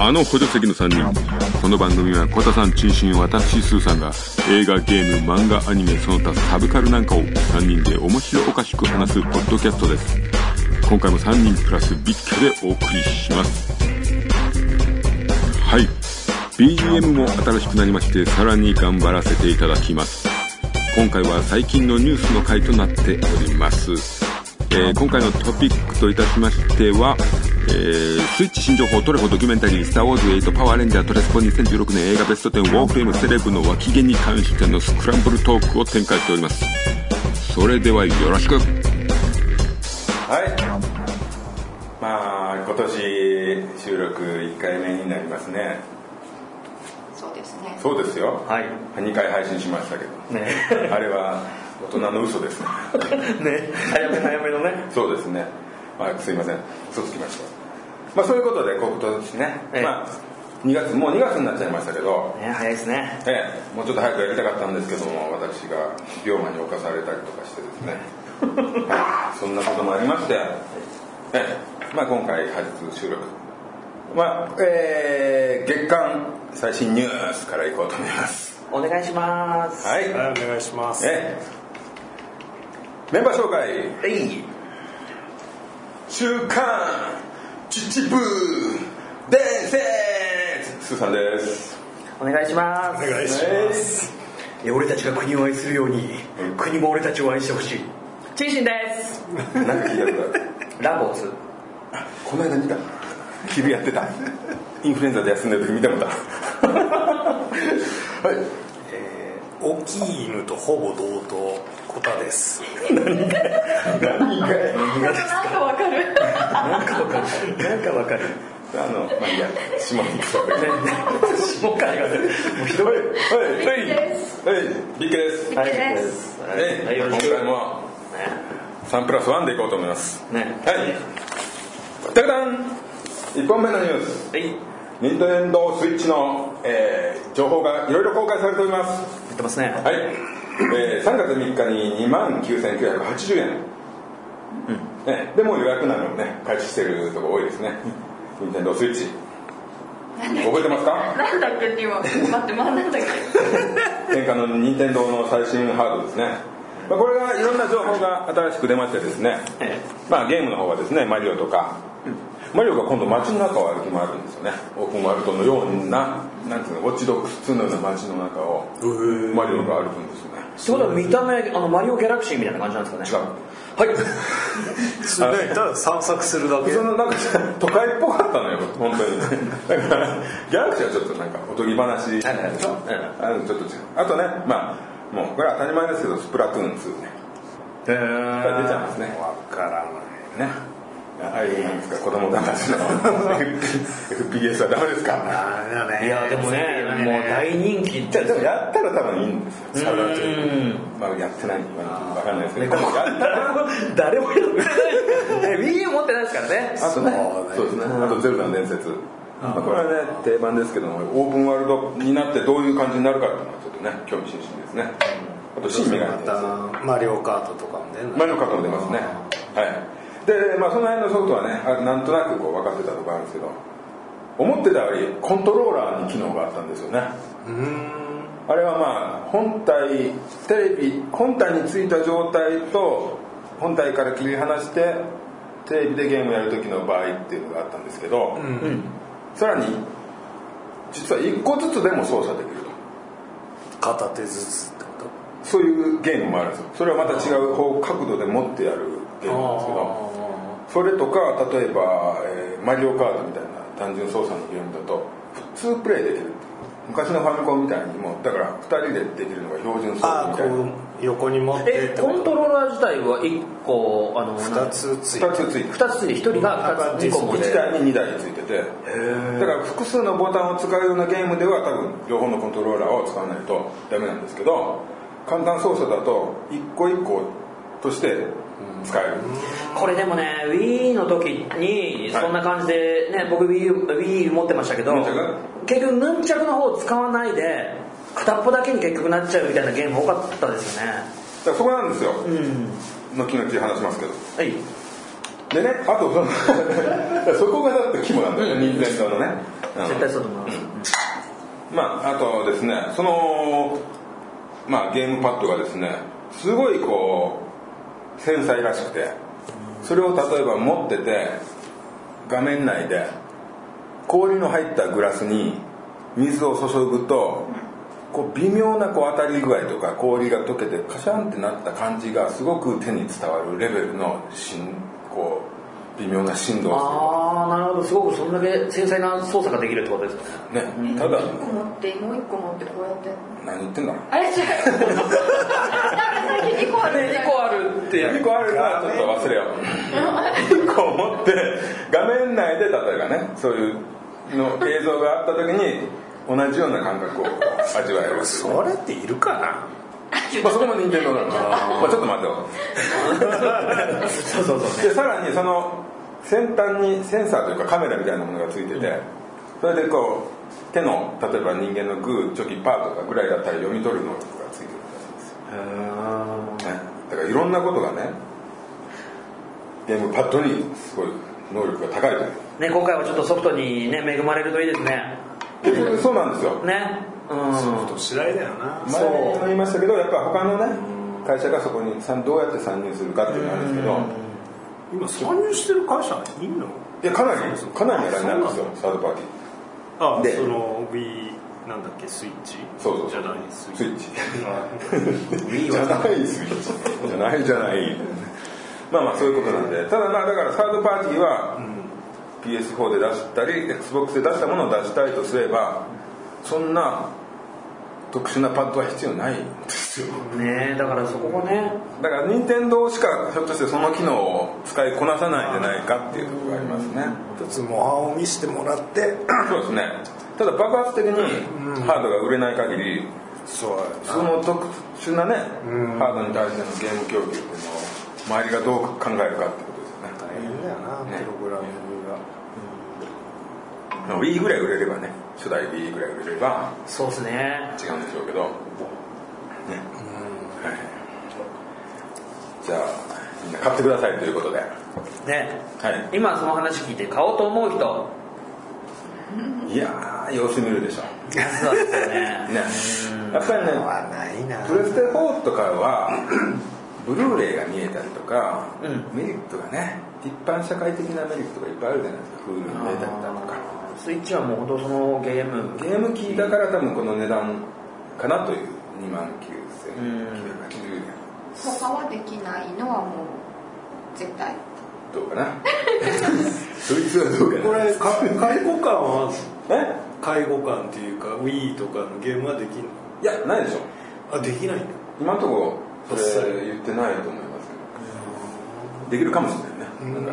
あの補助席の3人。この番組は小田さん中心私スーさんが映画、ゲーム、漫画、アニメ、その他サブカルなんかを3人で面白おかしく話すポッドキャストです。今回も3人プラスビッケでお送りします。はい。BGM も新しくなりまして、さらに頑張らせていただきます。今回は最近のニュースの回となっております。えー今回のトピックといたしましては、えースイッチ新情報トレホドキュメンタリー「スター・ウォーズ8パワーレンジャートレスポ2016年映画ベスト10ウォーフレームセレブの脇毛に関してのスクランブルトークを展開しておりますそれではよろしくはい。まあ今年収録1回目になりますね。そうですね。そうですよ。はい。 2回配信しましたけど、ね。 あれは大人の嘘ですね。ね。早め早めのね。そうですね。まあすいません。嘘つきました。まあそういうことで今年ね、ええまあ2月もう2月になっちゃいましたけど。ね、早いですね。ええ、もうちょっと早くやりたかったんですけども私が病魔に侵されたりとかしてですね そんなこともありまして、ええまあ、今回初収録、まあええ月間最新ニュースからいこうと思いますお願いします。はい、はい、お願いします。ええ、メンバー紹介えい。 「週刊秩父伝説」スーさんですお願いしまおす。願いします。え俺たちが国を愛するように、国も俺たちを愛してほしい。陳進です。なんか聞いたことあるラボーズ。この間見た昼やってたインフルエンザで休んでる時見たことあ るはい大きい犬とほぼ同等、コタです。何がなんかわかる。なんかわかる。なんかわかる。あのまあいいや下に行くとはい下から言われる。もうひどい。はいビッケですはいビッケですははいい。ははいい、よろ今しく。回も3プラス1でいこうと思いますね。ね。はいダダン1本目のニュースはい。や任天堂スイッチの、えー情報がいろいろ公開されておりますってますね。はい、えー、3月3日に2万9980円、ね、でもう予約なのね開始してるとこ多いですね任天堂スイッチ覚えてますかなんだっけ今。待って、まあ、なんだっ天下の任天堂の最新ハードですね、まあ、これがいろんな情報が新しく出ましてですね、えまあ、ゲームの方はですねマリオとか、マリオが今度街の中を歩き回るんですよねオープンワールドのようななんていうのウォッチドックス2のような街の中をマリオが歩くんですよねってことは見た目、あの、マリオギャラクシーみたいな感じなんです違かうね。 はい。それただ散策するだけ。そのなんか都会っぽかったのよ本当にだからギャラクシーはちょっとなんかおとぎ話でしょはいはいあのちょっと違うあとねまあもうこれは当たり前ですけどスプラトゥーン2ねえこれ出ちゃいー。ますねわからない。ねああいうなんですか子供だましの FPS はダメですかあれだね。いや、でもね、もう大人気 ってじゃあでもやったら多分いいんですよサラというまあやってないんでわかんないですけどでもやったら誰も誰もやって ない Wii U 持ってないですからねあとねそう、ねそうですね。あとゼルダの伝説。まあこれはね定番ですけども、オープンワールドになってどういう感じになるかっていうのはちょっとね興味津々ですね。あと新メガネまたマリオカートとかも出るマリオカートも出ますね。はい。で、まあその辺のソフトはね、あなんとなくこう分かってたとこあるんですけど、思ってたよりコントローラーに機能があったんですよね。あれはまあ本体テレビ本体についた状態と本体から切り離してテレビでゲームやる時の場合っていうのがあったんですけど、さらに実は1個ずつでも操作できると片手ずつってこそういうゲームもあるんですよそれはまた違う方角度で持ってやるゲームなんですけどそれとか例えば、えーマリオカートみたいな単純操作のゲームだと普通プレイできる昔のファミコンみたいにもうだから2人でできるのが標準と操あ作みあ、こたいなう横に持ってっえてコこンとトローラー自体は1個あの二つついて2つついてる2つで1人が2つ2個持1て台に2台ついててだから複数のボタンを使うようなゲームでは多分両方のコントローラーを使わないとダメなんですけど簡単操作だと一個一個として使える、これでもね Wii の時にはいそんな感じでね僕 Wii 持ってましたけどヌンチャク結局ヌンチャクの方を使わないで片っぽだけに結局なっちゃうみたいなゲーム多かったですよねだからそこなんですよ、後々話しますけどはいでねあとその そこがだって肝なんだよね任天堂のね、うん絶対そうと思います、まああとですねそのまあゲームパッドがですねすごいこう繊細らしくてそれを例えば持ってて画面内で氷の入ったグラスに水を注ぐとこう微妙なこう当たり具合とか氷が溶けてカシャンってなった感じがすごく手に伝わるレベルのしんこう微妙な振動をああなるほどすごくそんだけ繊細な操作ができるってことですねするねただ一個持ってもう一個持ってこうやって何言ってんだろうあれ違うなんかさっき2個あるみたいなあるっいや2個あるからちょっと忘れよう1個持って画面内で例えばねそういうの映像があった時に同じような感覚を味わえるまそれっているかなあそこも任天堂なのまあちょっと待てよそうそうそうでさらにその先端にセンサーというかカメラみたいなものがついててそれでこう手の例えば人間のグーチョキパーとかぐらいだったら読み取る能力がついてるねへだからいろんなことがねゲームパッドにすごい能力が高いというえね今回はちょっとソフトにね恵まれるといいですね結局そうなんですよねうん次第だよな前にも言いましたけどやっぱ他のね会社がそこに参どうやって参入するかっていうのがあるんですけど今参入してる会社いんのいやかなりかなり狙いになるんですよそうサードパーティーあでその Wii なんだっけスイッチそうそうじゃないスイッチスイッチいいじゃわないスイッチじゃないじゃないまあまあそういうことなんでただまあだからサードパーティーは PS4 で出したり XBOX で出したものを出したいとすればそんな特殊なパッドは必要ないねえだからそこがねだから任天堂しかひょっとしてその機能を使いこなさないんじゃないかっていうところがありますね一つ模範を見せてもらってそうですねただ爆発的にハードが売れない限りそうその特殊なねハードに対してのゲーム供給っていうのを周りがどう考えるかってことですよね大変だよなねプログラミングが Wii ぐらい売れればね初代 Wii ぐらい売れればそうっすね違うんでしょうけどねはいじゃあみんな買ってくださいということではね今その話聞いて買おうと思う人いいやー様子見るでしょそうです よねねやっぱりねはないなプレステ4とかはブルーレイが見えたりとか、うんメリットがね一般社会的なメリットがいっぱいあるじゃないですかフールに出たりだとかスイッチはもう本当そのゲームゲーム機だから多分この値段かなという2万9980円他はできないのはもう絶対どうかな そいつはどうかなこれか介護官はえ介護官っていうか Wii とかのゲームはできんのいやないでしょあできないんだ今のところそれ言ってないと思いますけどできるかもしれないねなんか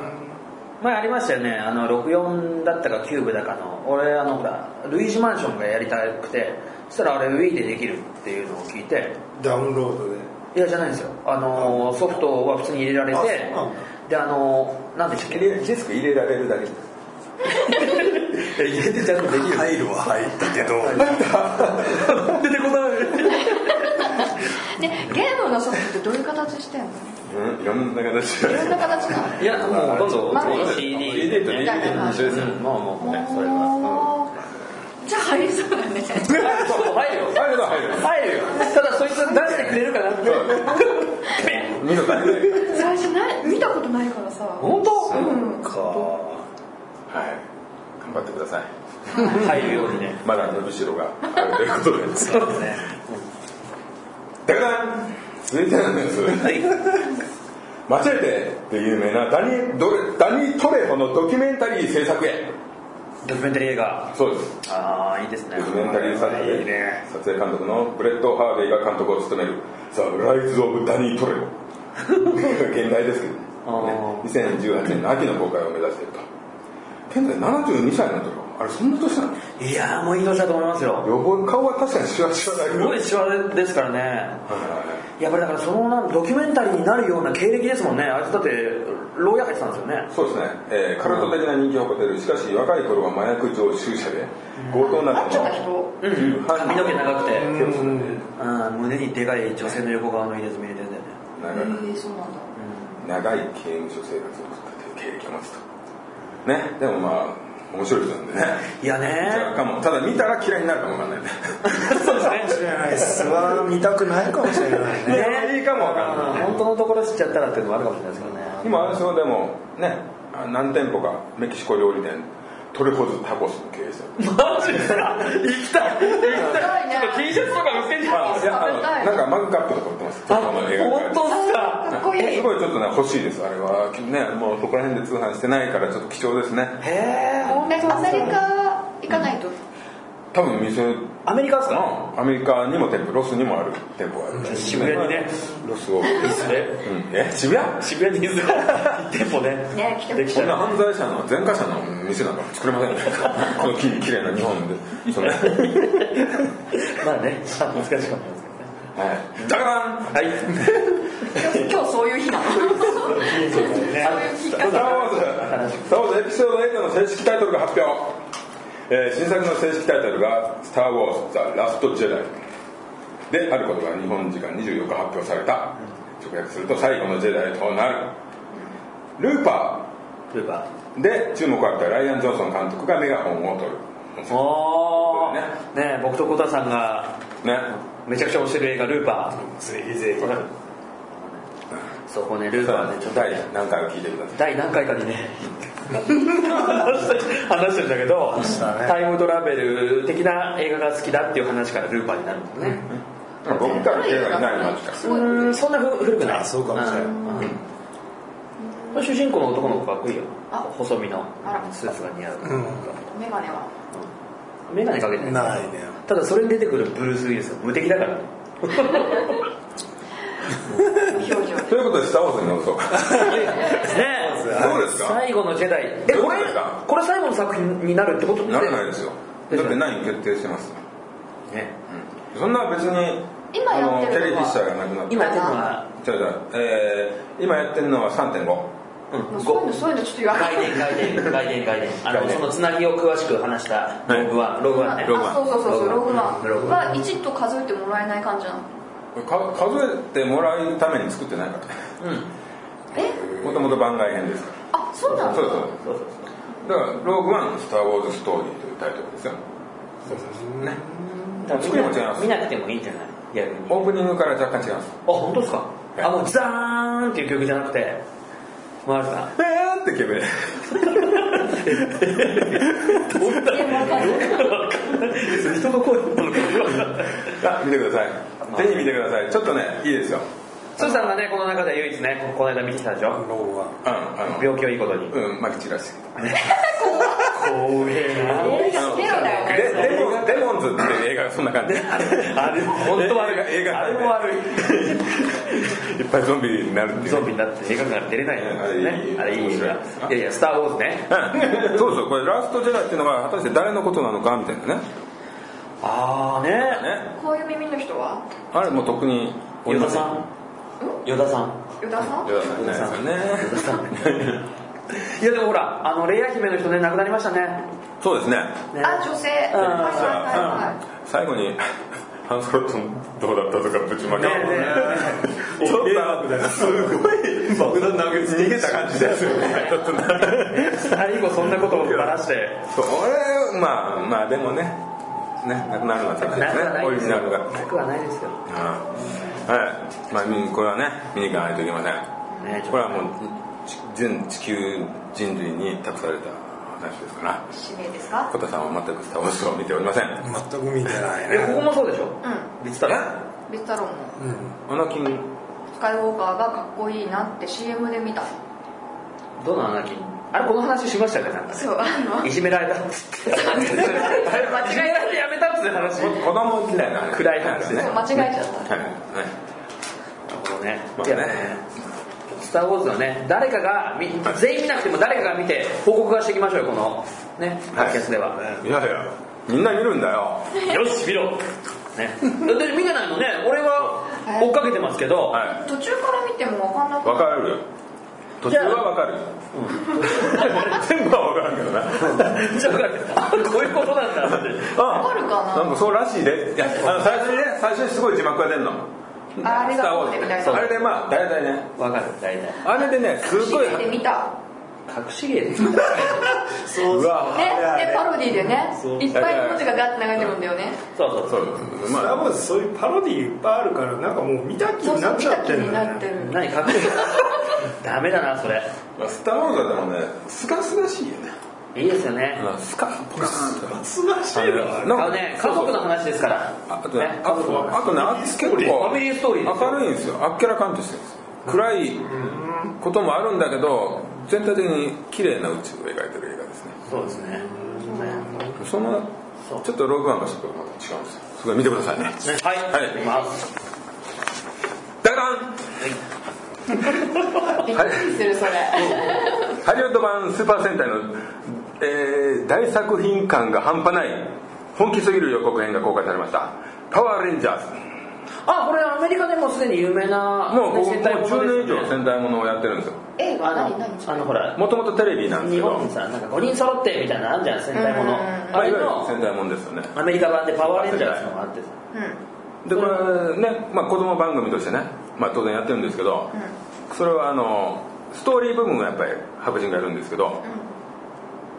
前ありましたよねあの64だったかキューブだかの俺あのほらルイージマンションがやりたくてそしたらあれ Wii でできるっていうのを聞いてダウンロードでいやじゃないんですよあのソフトは普通に入れられあそてうなんだであの何でしたっけ入れディスク入れられるだけ入れてちゃんとできる入るは入ったけど出てこないでゲームのソフトってどういう形してんのいうんいろんな形がろんな形なのいやもうほとんどまあもう CD CD と DVD と一緒ですようんまあもうねそれはおーじゃあ入りそうだねうんそう入るよ入るのは入る入るよただそいつ出してくれるかなって見事にね最初ない見たことないからさ本当うんはい頑張ってください入るようにねまだ伸びしろがあるということですそうですねだから続いてなんですマチェルテで有名なダニドレダニ・トレホのドキュメンタリー制作へドキュメンタリー映画そうですああいいですねドキュメンタリー撮影いいね撮影監督のブレッド・ハーベイが監督を務める「ザ・ライズ・オブ・ダニー・トレホ」現代ですけどね、あー2018年の秋の公開を目指していると現在72歳なんだよあれそんな年なのいやーもういい年だと思いますよ予防顔は確かにシワシワだけすどごいシワですからねはいはいはいやっぱりだからそのなんドキュメンタリーになるような経歴ですもんねあいつだって牢屋入ってたんですよねそうですね、えーカルト的な人気を誇っているしかし若い頃は麻薬常習者で強盗な会っちどのゃった人うん髪の毛長くてうんうん胸にでかい女性の横顔の入れ墨入れてんだよね長くえー、そうなんだ。長い刑務所生活を送ったという経歴を持つとねでもまあ面白い人なんでねいやねかもただ見たら嫌いになるかもわかんないねそうですね知らないですは見たくないかもしれないねいいかもわかんない本当のところ知っちゃったらっていうのもあるかもしれないですけどね今あれでしょでもねあ何店舗かメキシコ料理店トレホズタコスの経営者マジです か行きたい行きたい行きたいねちょっと T シャツとか売ってんじゃんあいやあのなんかマグカップとか売ってますああの映画本当っすかかっこいい。すごいちょっとね欲しいですあれはねもうそこら辺で通販してないからちょっと貴重ですねへえアメリカ行かないと。多分店アメリカですかアメリカにも店舗ロスにもある店舗があるから渋谷にねロスを、うん、いずれえ渋谷渋谷にいずれ1店舗ねね来てほしいできこたんらな犯罪者の前科者の店なんか作れませんよ このききれいな日本でそのはいまあね難しかったですけどねダカーンはい今日そういう日なの。そういう日スター・ウか。ォーズスター・ウォーズエピソード8の正式タイトルが発表、えー新作の正式タイトルが「スター・ウォーズ・ザ・ラスト・ジェダイ」であることが日本時間24日発表された直訳すると「最後のジェダイ」となるルーパルーバーで注目を浴びたライアン・ジョンソン監督がメガホンを取るーおーね僕とコタさんがねめちゃくちゃ推してる映画「ルーパ ぜひぜー」そこねルーパーねちょっと第何回を聞いてくださ第何回かにね話して話してるんだけど、したねタイムトラベル的な映画が好きだっていう話からルーパーになるもんね、い僕から映画になるまでからすごい。うんそんな古古くないあそうかもしれなういんうん主人公の男の子かっこいいよあ細身のあらスーツが似合う、うんメガネは。メガネかけてないないねただそれに出てくるブルース・ウィルスは無敵だからね無表情。ということで「スター・ウォーズ」に戻そうかねえそうですか最後のジェダイえどこうれですかこれ最後の作品になるってことならないですよだって何決定してますねそんな別に今やあのってるのはテレビ者がなくなって今やってるのはじゃあじゃあえー今やってるのは3.5もうそういうのそういうのちょっと言わな外い。伝外 伝外伝外伝あの外伝そのつなぎを詳しく話したログワンログワンねログワンあそうそうそうそうログワンログワンは1と数えてもらえない感じなのか数えてもらうために作ってないからえもともと番外編ですかあそうならのそうですそうそうそうですだから「ローグワンスター・ウォーズ・ストーリー」というタイトルですよそう作りも違います見なくてもいいんじゃない逆にオープニングから若干違いますあ本当ですかえあのザーンっていう曲じゃなくてマルさんえーって決め人の声だったのかあ見てくださいぜひ見てくださいちょっとねいいですよスーさんがねこの中で唯一ねここの間見てきたでしょローはうんあの病気をいいことにうんまき散らして怖ええあのー、テロだよでデモンデモンズって いう映画がそんな感じあれ本当悪い映画あれも悪いいっぱいゾンビになるっていうゾンビになって映画館から出れないのねああれれいいい面い映白い画ですないやいや「スター・ウォーズね」うんそうそうこれ「ラストジェダイ」っていうのが果たして誰のことなのかみたいなねああねねこういう耳の人はあれもう特に与田さん与田さん与田さん与田さんいないですよねいやでもほらあのレイヤ姫の人ね亡くなりましたねそうですねねあ女性はいはいはいはい最後に ハンスロットどうだったとかぶちまけねちょっとすごい爆弾投げ逃げた感じですよねちょっとね最後そんなことをばらしてそれまあまあでもねねなくなるのはな正しいくですはねないオでリジすナよルがなくはないですよはい、まあ、見にこれはね見に行かないといけませんねこれはもうち全地球人類に託された話ですから指名ですか小田さんは全くスター・ウォーズを見ておりませんア全く見てないえこねこもそうでしょう言ってたらん別太郎もナキンスカイウォーカーがかっこいいなって CM で見たどうなのアナキンあれこの話しましたよねなんかねそうあのいじめられた っつって間違えられてやめたっつって話子供みたいな話暗い話ねね間違えちゃっはいはいこのねまあいねやスター・ウォーズ」はね誰かが見全員見なくても誰かが見て報告はしていきましょうよこのねはポいッドキャストでは、いやいやみんな見るんだよよし見ろねだって見てないのね俺は追っかけてますけど、はた途中から見てもわかんないわかる途中はわかる全部はわかるけどなじゃあこういうことなんだってあわかるかなんかそうらしいでいやあの最初にね最初にすごい字幕が出るのあれスター・ウォがこうでみたーいズなあれでまあ大体ねわかる大体あれでねすごい知って見た隠し芸ですねそうわねあれでパロディでねそういっぱい文字がガッて流れてるんだよねそうそそうそそううまスター・あウォーズそういうパロディいっぱいあるからなんかもう見た気そうにそなうっ見ちゃたっ気てるにんなだっよてねる何隠し芸ダメだなそれまあスター・ウォーズはでもねすがすがしいよねいいですよねスカポカーンとかすがしいあなのあのね家族の話ですからあとねねあとあとねあ結構ファミリーストーリーですよ明るいんですよあっけらかんとしてるんですよ暗いこともあるんだけど全体的に綺麗な宇宙を描いてる映画ですねそうですねねそのそうちょっとログワンがちょっとまた違うんですよそれは見てくださいねねはい、はいいきますダカダンびっくりするそれハリウッド版スーパー戦隊の、えー大作品感が半端ない本気すぎる予告編が公開されましたパワーレンジャーズあこれアメリカでもすでに有名なもうこうもう戦隊もの10で年以すよ上戦隊ものをやってるんですよ映画あ何何のあのほらもともとテレビなんですけ日ど本さなんか5人揃ってみたいなのあんじゃん戦隊ものうんうんうんまあ、あいれわゆるの戦隊もんですよねアメリカ版でパワーレンジャーズのがあってさうでこれね、まあ、子供番組としてね、まあ、当然やってるんですけど、それはあのストーリー部分はやっぱり白人がやるんですけど、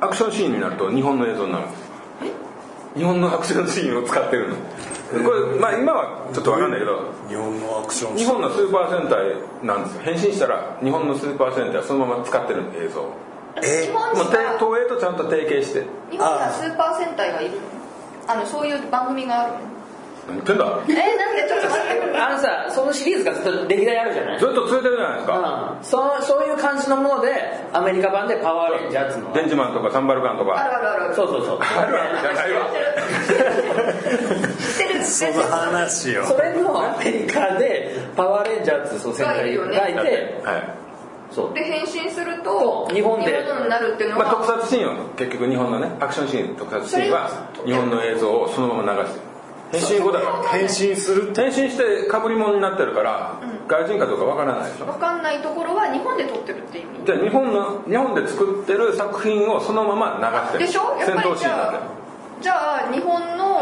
アクションシーンになると日本の映像になるんです日本のアクションシーンを使ってるのこれ、まあ、今はちょっと分かんないけど日本のアクション日本のスーパー戦隊なんですよ変身したら日本のスーパー戦隊はそのまま使ってる映像ん日本まあにては東映とちゃんと提携して日本にはスーパー戦隊がいるのあのそういう番組があるの何言ってんだえなんでちょっと待ってあのさそのシリーズがずっと歴代あるじゃないずっと連れてるじゃないですかうん、そのそういう感じのものでアメリカ版でパワーレンジャーズのデンジマンとかサンバルカンとあかるあるあるそうそうそうある わけじゃないわ知ってる知ってそるの話をそれのアメリカでパワーレンジャーズそう戦隊がいだっててはいそうで変身するとそう日本でのになるっていうのまあ、は、特撮シーンは結局日本のねアクションシーン特撮シーンは日本の映像をそのまま流してる変身後だから変身する変身してかぶり物になってるから外人かどうかわからないでしょ分かんないところは日本で撮ってるって意味じゃあ日本の日本で作ってる作品をそのまま流でししてるょやっ戦ぱ闘りシじーンゃなんだあよじゃあ日本のん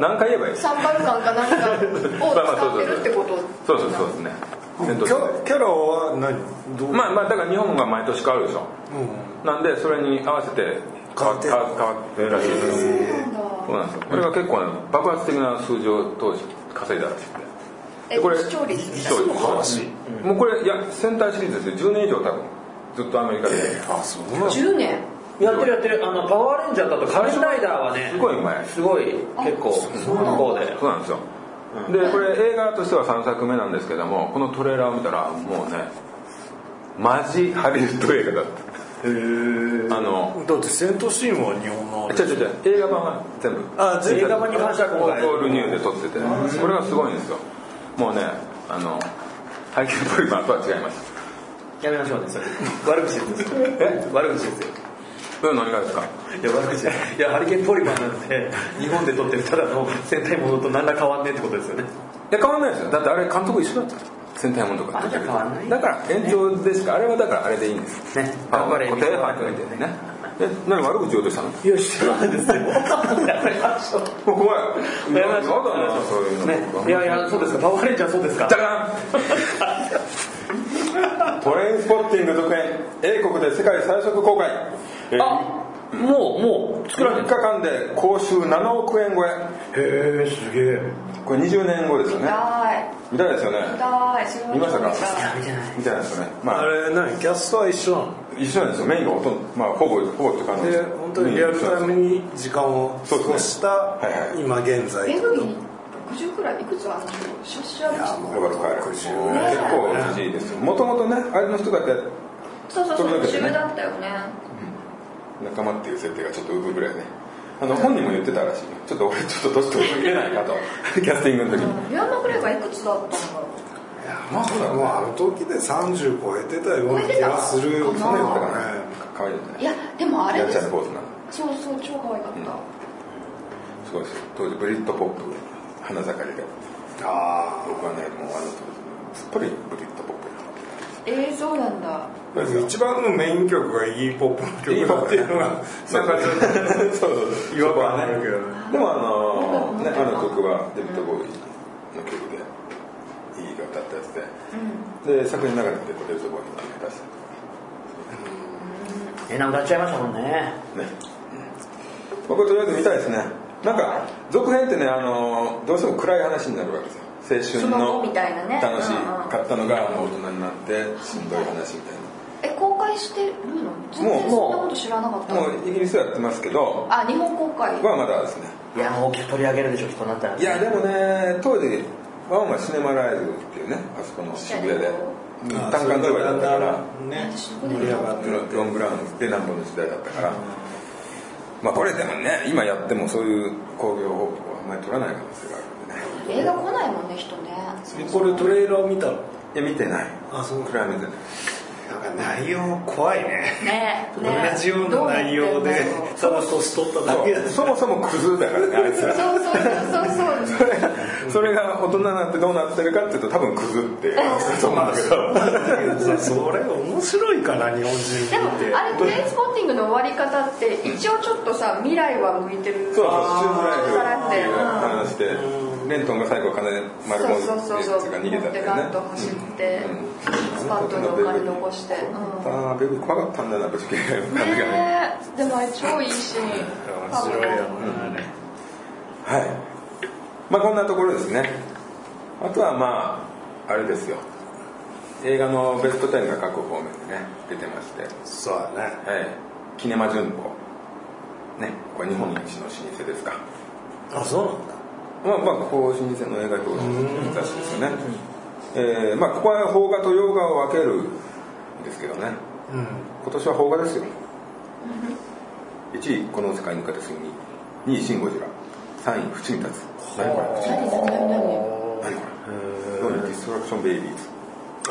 何回言えばいいサンバルカン かなんかを使ってるってことそうそうそうですねキ戦闘シーンャキャラは何どう、まあまあだから日本は毎年変わるでしょうんなんでそれに合わせて変わ変わ変わってるらしいですよなんだそうなんですよこれが結構ね爆発的な数字を当時稼いだらしくてえこれ視聴率みたいそなうです話もうこれいや戦隊シリーズですよ10年以上多分ずっとアメリカで、あそうなの10年やってるやってるあのパワーレンジャーだと仮面ライダーはねすごい前すごい結構向こうでそうなんですよ、でこれ映画としては3作目なんですけどもこのトレーラーを見たらもうねマジハリウッド映画だったへえあのだって戦闘シーンは日本のあれ違う違う違う映画版は全部あ全映部画版に関しては今オ回ールニューで撮っててこれがすごいんですよもうねあのハイキューポリマーとは違いますやめましょう ねそれ悪口ですよえ悪口ですよそれ何がですかいや悪口じゃないいやハリケーンポリマーなんて日本で撮ってるただの戦隊ものと何ら変わんねえってことですよねいや変わんないですよだってあれ監督一緒だった戦隊ものとかあじゃあ変わんないだから延長でしか、あれはだからあれでいいんですねあ頑張れ固定班といてねえ何悪口言おうとしたのいやしてないですよやめましょうお前やめましょうだなそういうのねいやいやそうですかパワーレンジャーそうですかじゃらんトレインスポッティング続編英国で世界最速公開、えーあもうもう作られて3る日間で公衆7億円超えへえすげえこれ20年後ですよねだ見たいですよねいだい知らな見ましたか見たい見たいですよねまああれ何キャストは一緒なの一緒なんですよメインがほとんど、まあ、ほぼほぼって感じで本当にリアルタイムに時間を過ごしたそうですねはいはい今現在ベルギー60くらいいくつあるの出社いやもうだから帰る結60構じいですよもともとねあれの人だってそうそうそれそだうけでね中だったよね仲間っていう設定がちょっとうぶぐらいねあの本人も言ってたらしいちょっと俺ちょっと年取りいけないかと キャスティングの時にミャンマーくらいはいくつだったのかなまあそうだもうあの時で30超えてたような気がするよね超えてただかからねね可愛いよねいやでもあれやんでちゃすなポーズなのそうそう超可愛かったすごいですよ当時ブリッドポップ花盛りであ僕はねもうあの当時すっぽりブリッドポップえー、そうなんだあ一番のメイン曲がイギー・ポップの曲だっていうのがなんかちょっそうそうと違和感あるけどねでもあのねあの曲はデビッド・ボーイの曲でやつで、で作品の中でも結構出るところに出してえなくなっちゃいましたもんねね、まあ、これとりあえず見たいですねなんか続編ってね、あのーどうしても暗い話になるわけですよ青春そのの後みたいなね楽しうんうんかったのがもう大人になってしんどい話みたいえ公開してるの全然そんなこと知らなかったなもうイギリスではやってますけどあ日本公開はまだですねいや大きく取り上げるでしょきっとなったらいやでもね当時ワンはシネマライズっていうねあそこの渋谷でうん単館上映だったからね私ここで盛り上がってるロングラウンでなんぼの時代だったから、まあこれでもね今やってもそういう興行報告はあんまり取らない可能性があるんでね映画来ないもんね人ねこれトレーラー見たのいや見てないあそうこれは見てないなんか内容怖いねね同ねじような内容でただ年取っただけだしそもそもクズだからねあいつそうらそうそうそうそうそれが大人になってどうなってるかっていうと多分クズっていうそうなんだけど さそれ面白いかな日本人でも見てあれトレインスポッティングの終わり方って一応ちょっとさ未来は向いてるそうそうあーシューズライフっていうさらっ話でレントンが最後金でて丸う坊ん主そうっていそううやそうつそうが逃持げたっんてだよガンとね走ってうんスパッとのお金残してうんああベビー怖かったんだなぶち切れる感じがねねえでもあれ超いいシーン面白いよなあれはい。まあこんなところですね。あとはまああれですよ。映画のベストタイムが各方面でね出てまして、はい。そうだねキネマ旬報ね、これ日本一の老舗ですか。あそうなんだまあまあここ老舗の映画評論雑誌ですよね。えー、まあここは邦画と洋画を分けるんですけどね。うん今年は邦画ですよ。1位この世界に向かってすぐに、2位シンゴジラ、3位淵に立つ。何これ？淵に立つ何何何何何これどういうディストラクションベイビーズ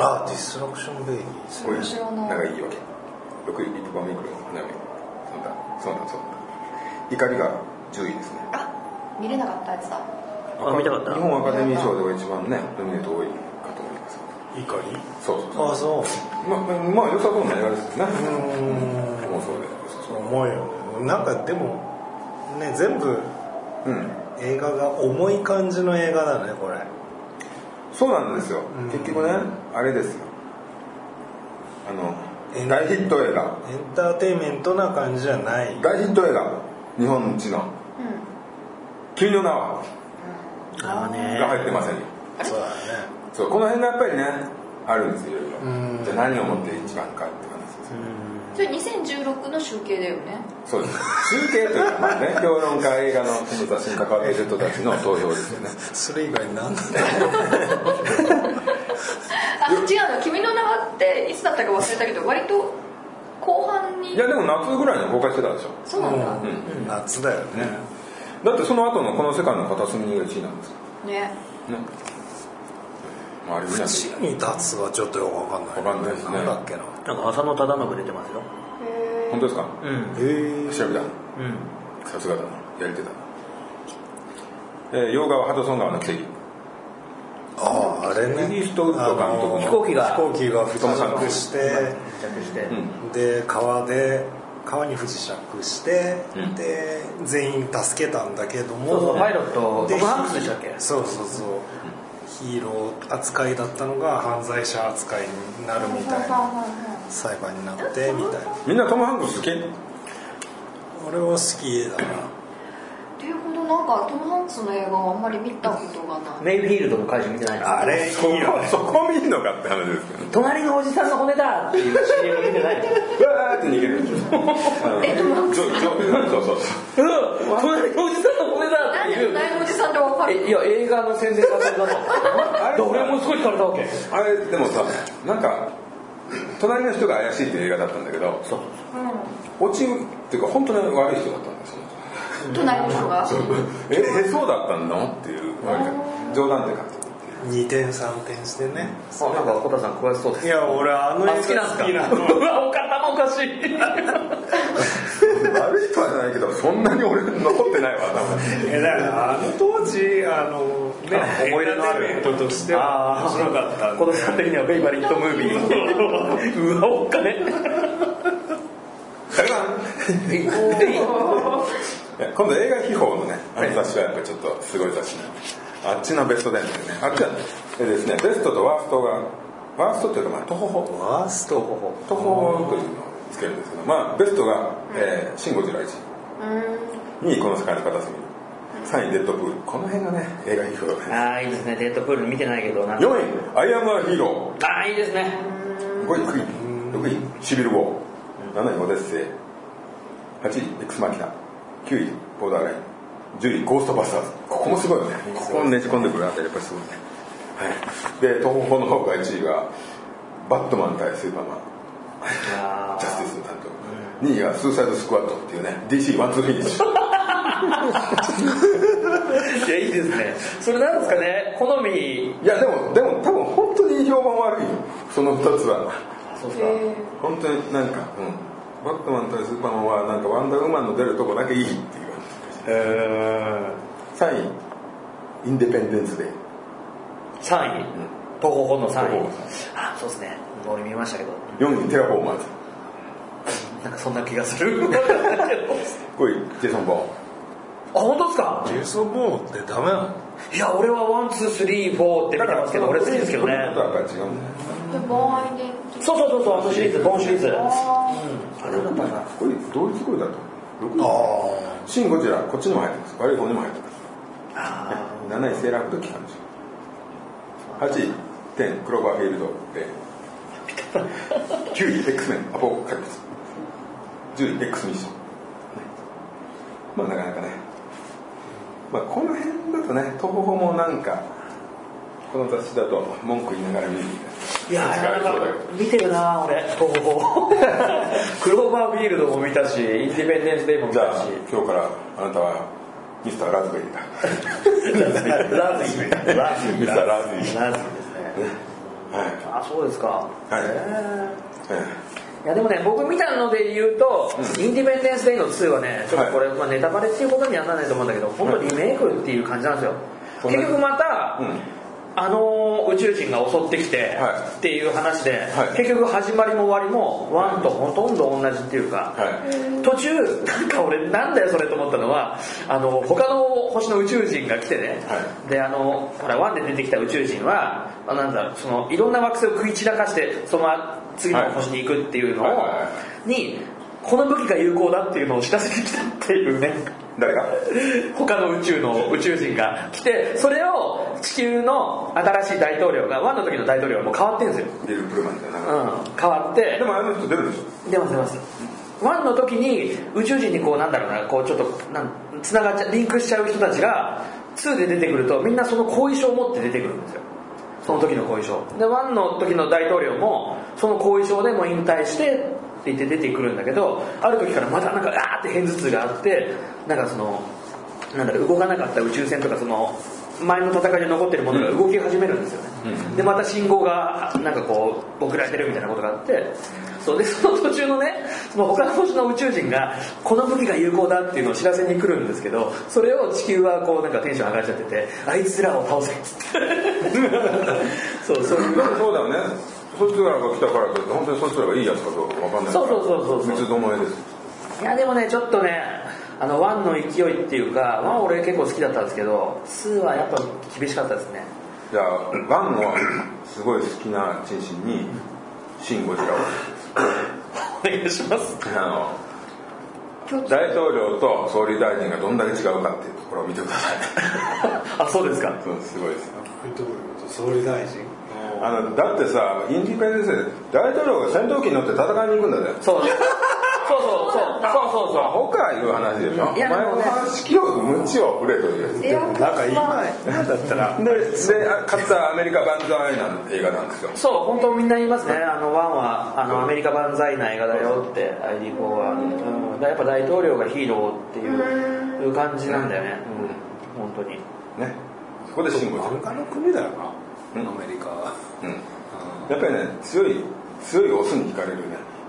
あディストラクションベイビーズこれ面白いな長い言い訳6位リップバミクルの花嫁そうだそうだそうだ怒りが10位ですねあ見れなかったやつだあ見たかった日本アカデミー賞では一番ねノミネート多いかと思います怒りそうそうそうあそうまあまあ良さそうな映画ですよねうんもうそうで重いよねなんかでもね全部うん映画が重い感じの映画だねこれそうなんですよん結局ねあれですよあの大ヒット映画エンターテインメントな感じじゃない大ヒット映画日本一の「君の名は」がああ入っねてませんよそうだねそうこの辺がやっぱりねあるんですよいろいろうんじゃあ何をもって一番かって話ですよそれ2016の集計だよねそうです集計というかまあね評論家映画の人たちに関わっている人たちの投票ですよねそれ以外なんだったあ違うの「君の名は」っていつだったか忘れたけど割と後半にいやでも夏ぐらいに公開してたでしょそうなんだ、うん夏だよねだってその後のこの世界の片隅にが1位なんですよねねまああれ見なきゃい地けないに立つはちょっとよくわかんないわかんないですねんだっけななんか浅野忠信出てますよへ本当ですかうんへえ調べたのうんさすがだなやりてたなえー洋画はハドソン川の奇跡あああれねイギリスとウッド監督のあの飛行機が飛行機が不時着して密着して、うんで川で川に不時着して、うんで全員助けたんだけどもそうそうパイロットでトムハンクスでしたっけそうそうそうヒーロー扱いだったのが犯罪者扱いになるみたいな裁判になってみたいなみんなトム・ハンクス好き俺は好きだなっていうほどなんかトム・ハンクスの映画はあんまり見たことがないメイフィールドの会社見てないですあれいそこいよねそこ 見んのかって話ですけどね隣のおじさんの骨だっていう CM 見てないですうわーって逃げる。ええトムハンクスそうそううん隣のおじさんの骨だなっんてでいう隣のおじさんでわかるえいや映画の宣伝がそれだあれと俺もすごい聞かれたわけそう。あれでもさ、なんか隣の人が怪しいっていう映画だったんだけど、そう落ちっていうか本当に悪い人だったんですよ。隣の人がえ、へそうだったのっていう割と冗談で書いてる。 2点3点してねあなんか小田さん詳しそうですいや俺あのあ好映き画なん好すかきなのうわお方もおかしい悪い人はじゃないけど、そんなに俺残ってないわ。多分えだからあの当時あのあね思い出のあるエンターテインメントとしてはあ面白かったんで小田さん的にはベイバリットムービーうわおっかね誰かいや今度映画秘宝のね、あの雑誌はやっぱりちょっとすごい雑誌なんであっちのベスト10ですねあっちはえですねベストとワーストがワーストっていうかまあトホホ ワーストほトホホというのをつけるんですけどまあベストが、えーシン・ゴジラ1位2位この世界の片隅3位デッドプールこの辺がね映画批評ですああいいですねデッドプール見てないけどなんか4位アイアムアヒーロああいいですねー5位クイーン6位シビル・ウォー7位オデッセイ8位エクスマキナ9位ボーダーライン10位ゴーストバスターズここもすごいよねここをねじ込んでくるあたりやっぱりすごいねはいで東宝の方が1位がバットマン対スーパーマンあジャスティスの担当2位がスーサイドスクワットっていうね DC ワンツーフィニッシューいやいいですねそれなんですかね好みいやでもでも多分本当に評判悪いよその2つはそうですかえ本当になんか、うん、バットマン対スーパーマンはなんかワンダーウーマンの出るとこだけいいっていうえ3位インデペンデンスデーー、3位東方の3位あそうですね俺見ましたけど4位テラフォーマーズなんかそんな気がす る5位ジェイソン・ボーンあ本当ですかジェイソン・ボーンってダメなのいや俺はワンツースリーフォーって見てますけど俺好きですけどねとはやっぱり違うんだよー、でボーンアイデンティティそうそうそうそうあのシリーズボーンシリーズああれだったなこれ同一声だとあシン・ゴジラこっちにも入ってます悪い方にも入ってます7位セーラー服と機関車8位テンクローバーフィールドで9位 X メンアポカリプス10位 X ミッションまあなかなかねまあこの辺だとね東宝もなんかこの雑誌だと文句言いながら見るみいやたいな違うなんかそうだけど見てるな俺東 方クローバーフィールドも見たしインディペンデンス・デイも見じたゃあし今日からあなたはミスターラズベリーだミスターラズベリーラズイラズイラズイですねはいあそうですかはいえーえいやでもね僕見たので言うと、インディペンデンス・デイの2はねちょっとこれ、まあ、ネタバレっていうことにはならないと思うんだけど本当リメイクっていう感じなんですよ、そんな結局また、うんあの宇宙人が襲ってきて、はいっていう話で、はい結局始まりも終わりもワンとほとんど同じっていうか、えはい途中なんか俺なんだよそれと思ったのはあの他の星の宇宙人が来てね、はであのほらワンで出てきた宇宙人はあなんだろうそのいろんな惑星を食い散らかしてその次の星に行くっていうのを、はいはいはいはにこの武器が有効だっていうのを知らせてきたっていうね誰が 他の宇宙の宇宙人が来てそれを地球の新しい大統領がワンの時の大統領はもう変わってるんですよ、ビル・プルマンじゃなうんかっ、変わってたでもあの人出るでしょ出ます出ますワンの時に宇宙人にこうなんだろうなこうちょっとなんつながっちゃリンクしちゃう人たちが2で出てくるとみんなその後遺症を持って出てくるんですよその時の後遺症でワンの時の大統領もその後遺症でもう引退してって言って出てくるんだけどある時からまたなんかあーって片頭痛があってなんかそのなんだろう動かなかった宇宙船とかその前の戦いで残ってるものが動き始めるんですよね、でまた信号がなんかこう送られてるみたいなことがあってそうでその途中のねその他の星の宇宙人がこの武器が有効だっていうのを知らせに来るんですけどそれを地球はこうなんかテンション上がっちゃっててあいつらを倒せっつって そうそういうでもそうだよねそいつらが来たからといって本当にそいつらがいいやつかどうかわかんないからそうそうそうそう三つどもえですいやでもねちょっとねあの1の勢いっていうか1俺結構好きだったんですけど2はやっぱ厳しかったですねじゃあワンのすごい好きなチンシンにシン・ゴジラをお願いしますあ共の通大統領と総理大臣がどんだけ違うかっていうところを見てください あそうですかそうすごいですよあどういうこと総理大臣あのだってさインディペンデンスで大統領が戦闘機に乗って戦いに行くんだぜそうそうそうそうそうそうアホかいう話でしょおいや前の話聞を無知を振れというエアコン仲いいはなんだったらでであ勝ったアメリカ万歳なんて映画なんですよそう本当みんな言いますねあのワンはあのアメリカ万歳な映画だよって ID4 は、うん、だからやっぱ大統領がヒーローっていう感じなんだよね、うん、本当にねそこでシンゴジ漫画の国だよなアメリカはラうんやっぱりね強い強いオスに惹かれるね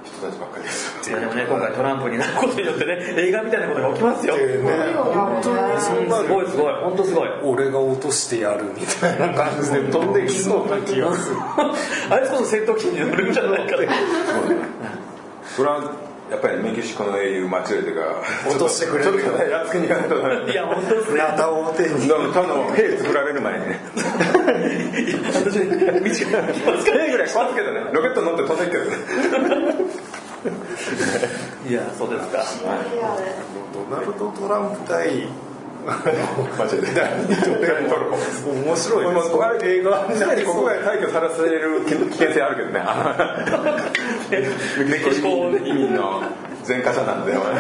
人たちばっかりですよいやでもね今回トランプになることによってね映画みたいなことが起きますよ、でね本当にそんなすごいすごい本当す ごい俺が落としてやるみたいな感じで 飛んできそうな気がするあいつこそ戦闘機に乗るんじゃないかってそれはやっぱりメキシコの英雄間違えてから落としてくれるちょっとちょっとねやっつけに行かないとダメいや本当ですね なたを手にでも多分兵作られる前にね私道が兵ぐらい壊すけどねロケット乗って飛んでいくけどねいやそうですかリアルドナルド・トランプ 対間違えて誰取る面白いですもうあれ映画はね国外退去さらせる危険性あるけどね メキシコ移民の前科者なんで俺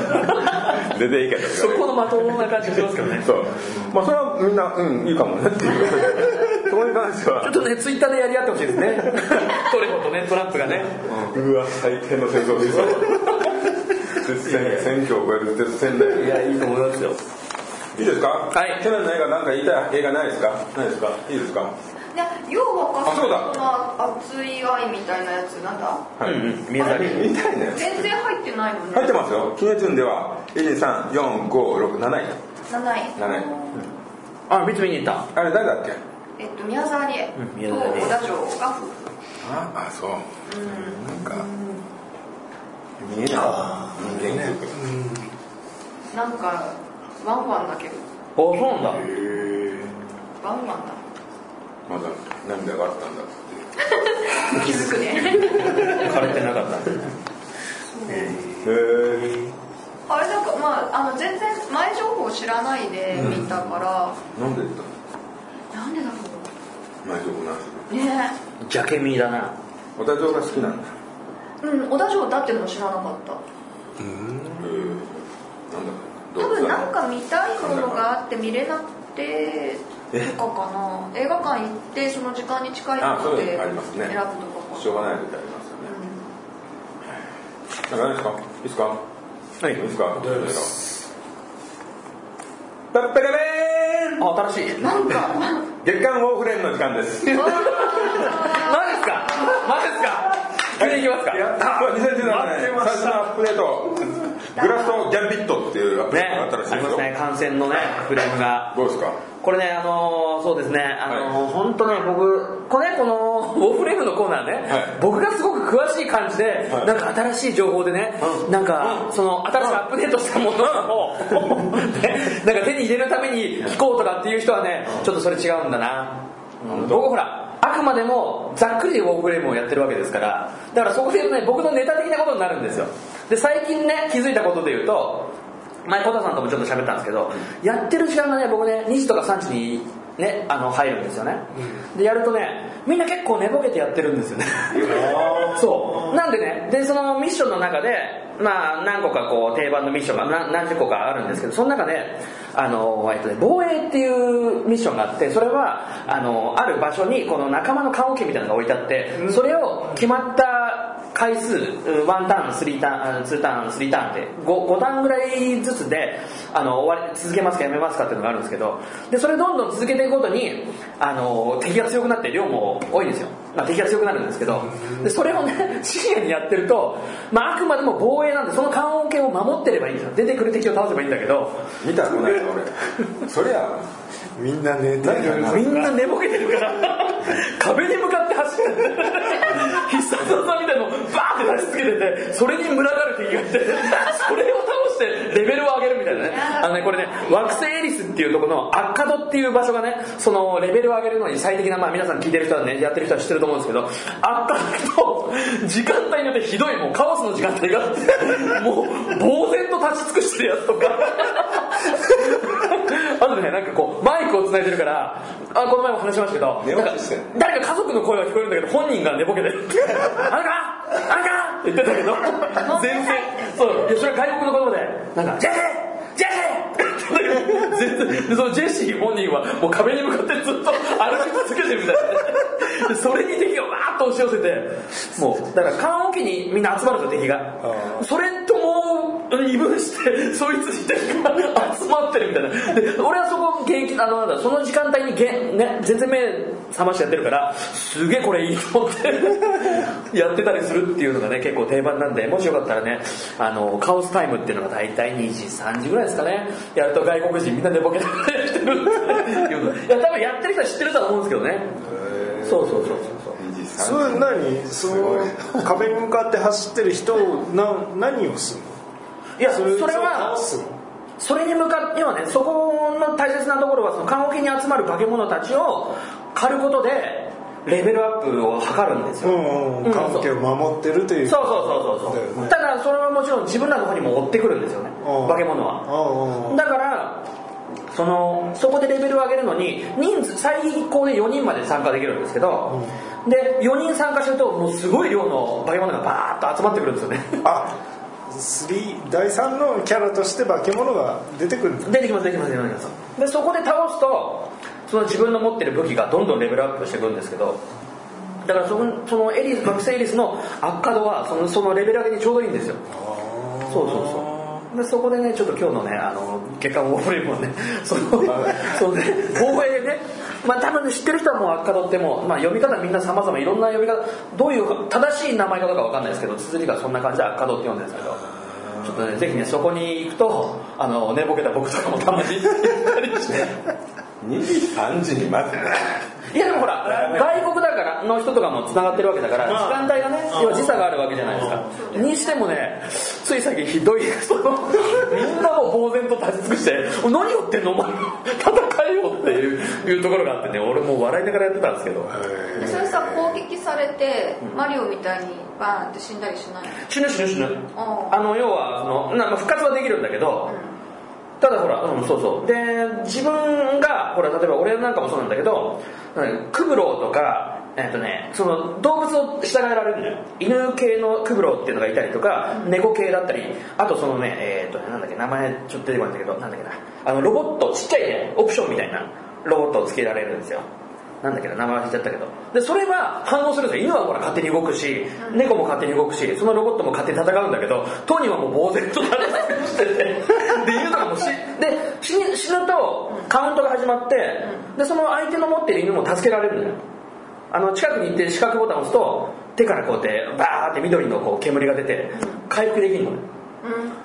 出ていいけどそこのまともな感じがしますけどねそうまあそれはみんなうんいいかもねっていうそこに関してちょはっとねツイッターでやり合ってほしいですね トレホとねトランプがねうわ最低の戦争で選挙を超える絶戦だよいやいいと思いますよいいですかはい去年の映画なんか言いたい映画ないですかないですかいいですかねようわかあんそうだな熱い愛みたいなやつなんだはい、宮崎見たいね全然入ってないのね入ってますよ。キネズンでは1234567位。 7位7位。あ三つ見に行ったあれ誰だっけ？えっと宮沢りえうん宮と沢りえ小田城が夫婦ああそう。なんか見えないあー人間ね国。なんかワンワンだけどあそうなんだへえ。ワンワンだまだ涙があったんだって。気づくね枯れてなかったんですねへえ。 あれなんかまああの全然前情報知らないで見たから、なんで言ったの？なんでだろ前情報なしで。うねジャケミーだな小田城が好きなんだ。へうん小田城だっての知らなかったえ。なんだ。多分なんか。か見たいものがあって見れなくてとえかかな映画館行ってその時間に近いあそのうでいう選のありぶますねとかかなしょうがない時ありますよね。なんかないですか？いいですか？はい。いいですか？。丈夫ですペッペレレーン。あ新しいマジっなんか月刊ウォーフレームの時間です。すかマジっすか急に行きますかやったー !2017 待って年ま最した初のアップデート、グラスト・ギャンビットっていうアップデねートがあったらしいあでりすまよ。すね感染のねフレームがどうですかこれね、あのーそうですね、あのーは本当ね、僕、これね、この、ウォーフレームのコーナーね、はい僕がすごく詳しい感じで、はいなんか新しい情報でね、うんなんか、その、新しくアップデートしたものを、ね、なんか手に入れるために聞こうとかっていう人はね、ちょっとそれ違うんだな。僕ほら、あくまでもざっくりでウォーフレームをやってるわけですから、だからそこで言うとね、僕のネタ的なことになるんですよ。で、最近ね、気づいたことで言うと、前小田さんともちょっと喋ったんですけど、やってる時間がね僕ね2時とか3時にねあの入るんですよね、でやるとねみんな結構寝ぼけてやってるんです よねそうなんでねでそのミッションの中でまあ何個かこう定番のミッションがな何十個かあるんですけどその中であの、えっとね、防衛っていうミッションがあってそれはあのある場所にこの仲間の棺桶みたいなのが置いてあってそれを決まった回数うんワンターン、スリーターン、あツーターン、スリーターンって5、五ターンぐらいずつで、あの、終わり、続けますかやめますかっていうのがあるんですけど、で、それどんどん続けていくごとに、あの、敵が強くなって量も多いんですよ。まあ、敵が強くなるんですけど、で、それをね、 深夜にやってると、まあ、あくまでも防衛なんで、その関音権を守ってればいいんですよ。出てくる敵を倒せばいいんだけど、見たこないだ俺。そりゃ、みんな寝てないるかみんな寝ぼけてるから、 壁に向かって走って る。必殺技みたいのをバーって出し続けてて、それに群がる敵がいて、 それを倒してレベルを上げるみたいなね。あのね、これね、惑星エリスっていうところのアッカドっていう場所がね、そのレベルを上げるのに最適な、まあ皆さん聞いてる人はね、やってる人は知ってると思うんですけど、アッカドと 時間帯によってひどい、もうカオスの時間帯が あって、もう呆然と立ち尽くしてるやつとか。 あとね、なんかこう、マイクを繋いでるから、あ、この前も話しましたけど、寝落ちしてんのなんか誰か家族の声は聞こえるんだけど、本人が寝ぼけ て、あんかあんかって言ってたけど、全然、そう、いや、それは外国の言葉で、なんか、ジェシージェシーって言ってたけど全然、でそのジェシー本人はもう壁に向かってずっと歩き続けてるみたいな。でそれに敵がわーっと押し寄せて、もう、だから、缶桶にみんな集まると敵が。あーそれともう二分してそいつに敵が集まってるみたいなで俺はそこ元気あのなんだその時間帯にげん、ね、全然目覚ましてやってるからすげえこれいいと思ってやって たりするっていうのがね結構定番なんでもしよかったらねあのカオスタイムっていうのが大体2時3時ぐらいですかねやると外国人みんな寝ぼけてるっていうのいや多分やってる人は知ってるとは思うんですけどねそうそうそうそうそれ何そごいの壁に向かって走ってる人をな何をするのいやそそれれはを倒すのそれに向かって要はねそこの大切なところはその棺桶に集まる化け物たちを狩ることでレベルアップを図るんですよ、うんうん関係を守ってるというそうそうそうそうだよそう、ねただそれはもちろん自分らの方にも追ってくるんですよねうん化け物はあだからそのそこでレベルを上げるのに人数最高で4人まで参加できるんですけど、で4人参加してるともうすごい量の化け物がバーッと集まってくるんですよねあああスリー第3のキャラとして化け物が出てくるんだ出てきます出てきます出てきますでそこで倒すとその自分の持ってる武器がどんどんレベルアップしていくんですけどだからそのそのエリス惑星エリスの悪化度はそのそのレベル上げにちょうどいいんですよそうそうそうでそこでねちょっと今日のねあの月間オープニングもね そのそうね大声でねまあ多分ね知ってる人はもう悪化度ってもう、まあ、読み方みんな様々いろんな読み方どういう正しい名前かどうかわかんないですけど綴りがそんな感じで悪化度って読んでるんですけどちょっとね、ぜひね、そこに行くと、あの、寝ぼけた僕とかもたまに行ったりして。 2時3時に 待ってないいや、でもほら、外国だから、の人とかも繋がってるわけだから、時間帯がね、要は時差があるわけじゃないですか。にしてもね、つい先ひどい、その、みんなもう呆然と立ち尽くして、何言ってんのお前、戦いよっていう、いうところがあってね、俺もう笑いながらやってたんですけど。それさ攻撃されてマリオみたいにバーンって死んだりしない死ぬ死ぬ死ぬああの要はそのなんか復活はできるんだけどただほら、うん、そうそうで自分がほら例えば俺なんかもそうなんだけどうんクブローとかえっとね、その動物を従えられるのよ犬系のクブローっていうのがいたりとか、猫系だったりあとそのねえっ、とねなんだっけ名前ちょっと出てこないんだけどなんだっけなあのロボットちっちゃいねオプションみたいなロボットをつけられるんですよなんだっけど名前忘れちゃったけどでそれは反応するんですよ犬はほら勝手に動くし猫も勝手に動くしそのロボットも勝手に戦うんだけど当人はもう呆然と立ち 尽くしててで犬とかもしで死ぬ死ぬとカウントが始まってでその相手の持ってる犬も助けられるんだよあの近くに行って四角ボタンを押すと手からこうやってバーって緑のこう煙が出て回復できるのね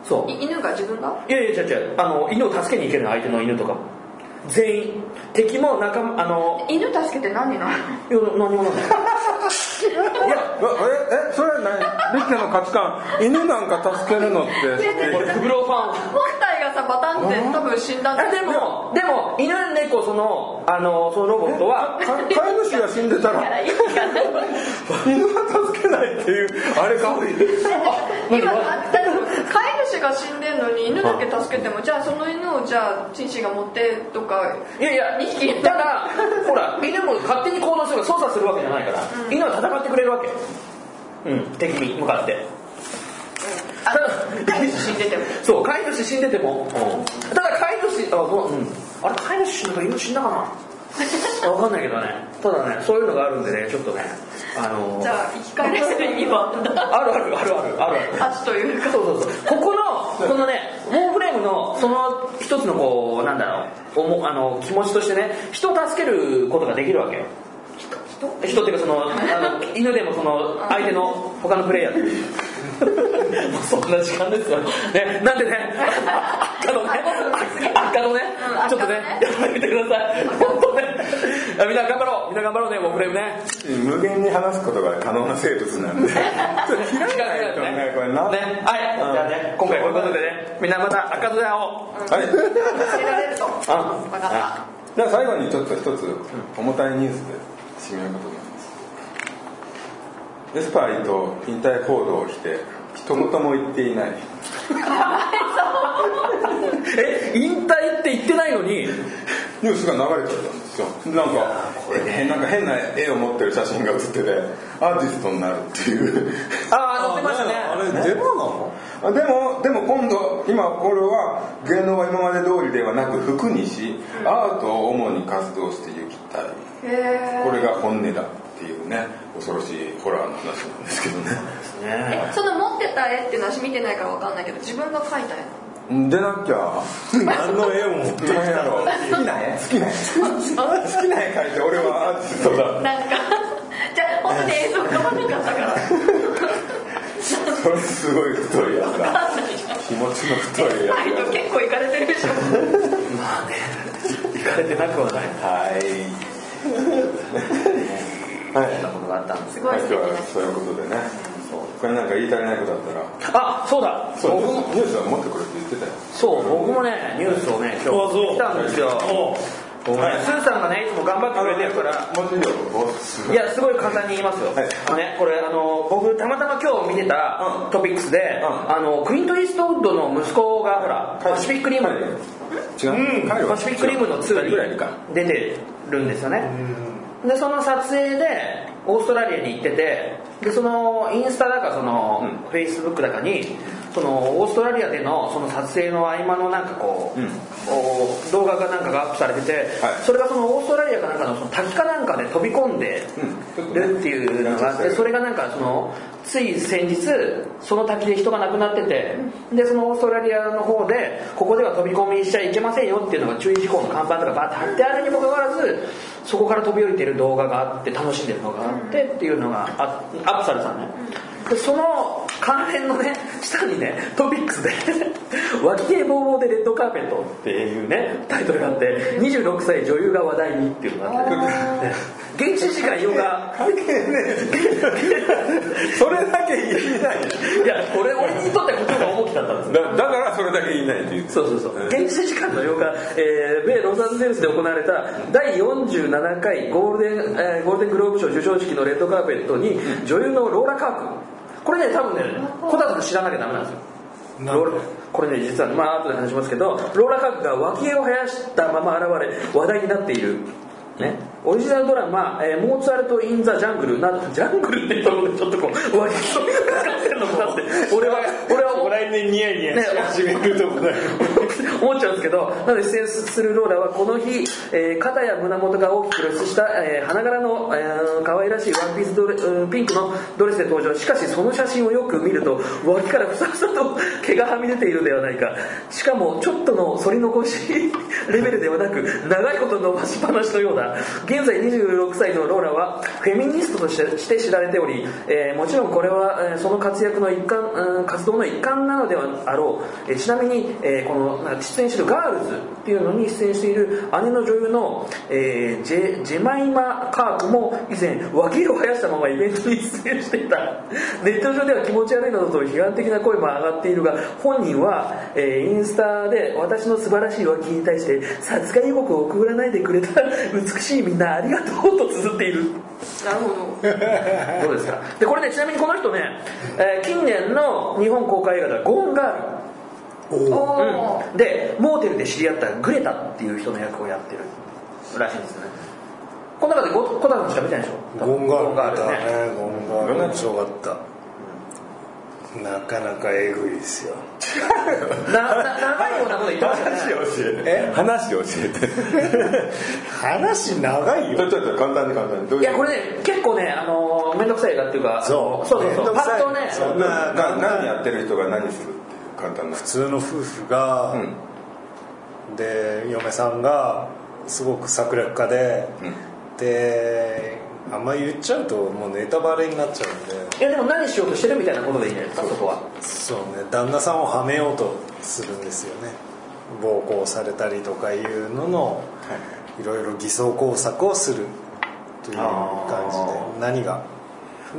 うそうんい犬が自分がいやいや違う違うあの犬を助けに行けるの相手の犬とかも全員敵も仲間あの犬助けて何になるのいや、何 もない。いや、ええそれは何リッテの価値観犬なんか助けるのってこれ、クブロファン。本体がさバタンって多分死んだんだあでも、でも、犬、猫、その、あの、そのロボットは、か飼い主が死んでただからら意味がない犬は助けないっていうあれか今だって飼い主が死んでんのに犬だけ助けてもじゃあその犬をじゃあチンシンが持ってとかいやいや、 2匹ただ、ほら、犬も勝手に行動するから操作するわけじゃないから、犬は戦ってくれるわけ。うん、敵に向かって。ただ、飼い主死んでてもそう、飼い主死んでても、ただ飼い主、あ、そう、うん。あれ、飼い主死んだから犬死んだかなわかんないけどね。ただね、そういうのがあるんでね、ちょっとね、あのじゃあ生き返らせる意味はあんだあるあるあるあるあるある。足というかそうそうそうここのこのねウォーフレームのその一つのこうなんだろうおもあの気持ちとしてね人を助けることができるわけ人人っていうかそのあの犬でもその相手の他のプレイヤーでもうそんな時間ですよ、ね、なんでね赤のね赤のねうんちょっとね悪化のねやってみてください本当ねあみんな頑張ろうみんな頑張ろうねウォーフレームね無限に話すことが可能な生物なんで 開かないとねこれなねはい、じゃあね今回こういうことでねみんなまた赤ので会おうはい忘れられると分あかったじゃあ最後にちょっと一つ重たいニュースで締めようかと思いますエスパー伊藤引退報道をして一言も言っていないえ引退って言ってないのにニュースが流れちゃったんですよなんかなんか変な絵を持ってる写真が写っててアーティストになるって いうああ載ってましたねあれデマなのあでもでも今度今これは芸能は今まで通りではなく服にしアートを主に活動していきたいへえこれが本音だっていうね恐ろしいホラーの話なんですけどねえその持ってた絵っていうのは見てないから分かんないけど自分が描いた絵なの出なきゃ何の絵を持ってきた何やろの好きな絵好き な絵好きな絵描いて俺はアーティストだなんかじゃあ本当に映像が悪かったからそれすごい太いやつだ気持ちの太いやサイトつ結構いかれてるでしょ行かれてなくはないだはいはいなことがあったんですすよごい今素日敵はな人そういうことでね他になんか言い足りないことあったらあそうだそう僕ニもュースニュースは持ってくるって言ってたよそう僕もねニュースをね今あそう日来たんですよおう僕ねはいスーさんがねいつも頑張ってくれてるから文字量をすいやすごい簡単に言いますよ、はいあのね、これあの僕たまたま今日見てうたんトピックスで、んあのクリント・イーストウッドの息子がほはらいパシフィック・リム、違う、彼はパシフィック・リムの二2人ぐらいいるかに出てるんですよねうんでその撮影でオーストラリアに行っててでそのインスタだかそのうんフェイスブックだかにそのオーストラリアでのその撮影の合間のなんかこう、うんこう動画がなんかがアップされてて、はいそれがそのオーストラリアかなんかのその滝かなんかで飛び込んでうんるっていうのがあってそれがなんかそのつい先日その滝で人が亡くなっててでそのオーストラリアの方でここでは飛び込みしちゃいけませんよっていうのが注意事項の看板とかバーって貼ってあるにもかかわらずそこから飛び降りてる動画があって楽しんでるのがあってっていうのがあアップされてたのねでその関連のね下にねトピックスで 「脇毛ボーボーでレッドカーペット」っていうねタイトルがあって26歳女優が話題にっていうのがあってね現地時間ヨガ関係ね えそれだけ言えないいやこれ俺にとってはこっちの方が重きだったんですよだだからそれだけ言えないっていうそうそうそうえー現地時間の8日、えー米ロサンゼルスで行われた第47回ゴールデン、えーゴールデングローブ賞授賞式のレッドカーペットに女優のローラ・カー君これね多分ね小田さん知らなきゃダメなんですよなんでローラこれね実はねまあ後で話しますけどローラ・カー君が脇毛を生やしたまま現れ話題になっているね、オリジナルドラマ「えーモーツァルト・イン・ザ・ジャングル」などジャングルって言ったのでちょっとこう脇毛を使ってるのもだって俺は俺は来年ニヤニヤし始めるとこだよ 思っちゃうんですけどなので出演するローラはこの日、えー肩や胸元が大きく露出した、えー花柄の、えー可愛らしいワンピースドレ、うんピンクのドレスで登場しかしその写真をよく見ると脇からふさふさと 毛がはみ出ているではないかしかもちょっとの反り残し レベルではなく長いこと伸ばしっぱなしのような現在26歳のローラはフェミニストとしてして知られており、えーもちろんこれは、えーその活躍の一環、うん活動の一環なのではあろう、えーちなみに、えーこのなんか出演しているガールズっていうのに出演している姉の女優の、えージェジェマイマ・カークも以前脇を生やしたままイベントに出演していた ネット上では気持ち悪いなどと批判的な声も上がっているが本人は、えーインスタで私の素晴らしい脇に対して殺害予告を送らないでくれた美しいみんなありがとうと綴っているなるほどどうですかでこれねちなみにこの人ね、えー近年の日本公開映画では「ゴーンガール」 おおお、でモーテルで知り合ったグレタっていう人の役をやってるらしいんですねこの中でゴコタさんしか見てないでしょゴンガゴンガールールねだねゴンガール面白かったなかなかえぐいですよ なな長いようなこと言ってました話 ねを教ええて話を教えて話長いちょよちょちょ簡単に簡単にどういいやこうれね結構ねあのー面倒くさい映画っていうかそうそうそう面そう倒パくさッいとねそれなな何やってる人が何するっていう簡単な普通の夫婦が、うんで嫁さんがすごく策略家で、であんま言っちゃうともうネタバレになっちゃうんでいやでも何しようとしてるみたいなことでいいんじゃないですかそこはそうね旦那さんをはめようとするんですよね暴行されたりとかいうののいろいろ偽装工作をするという感じで何が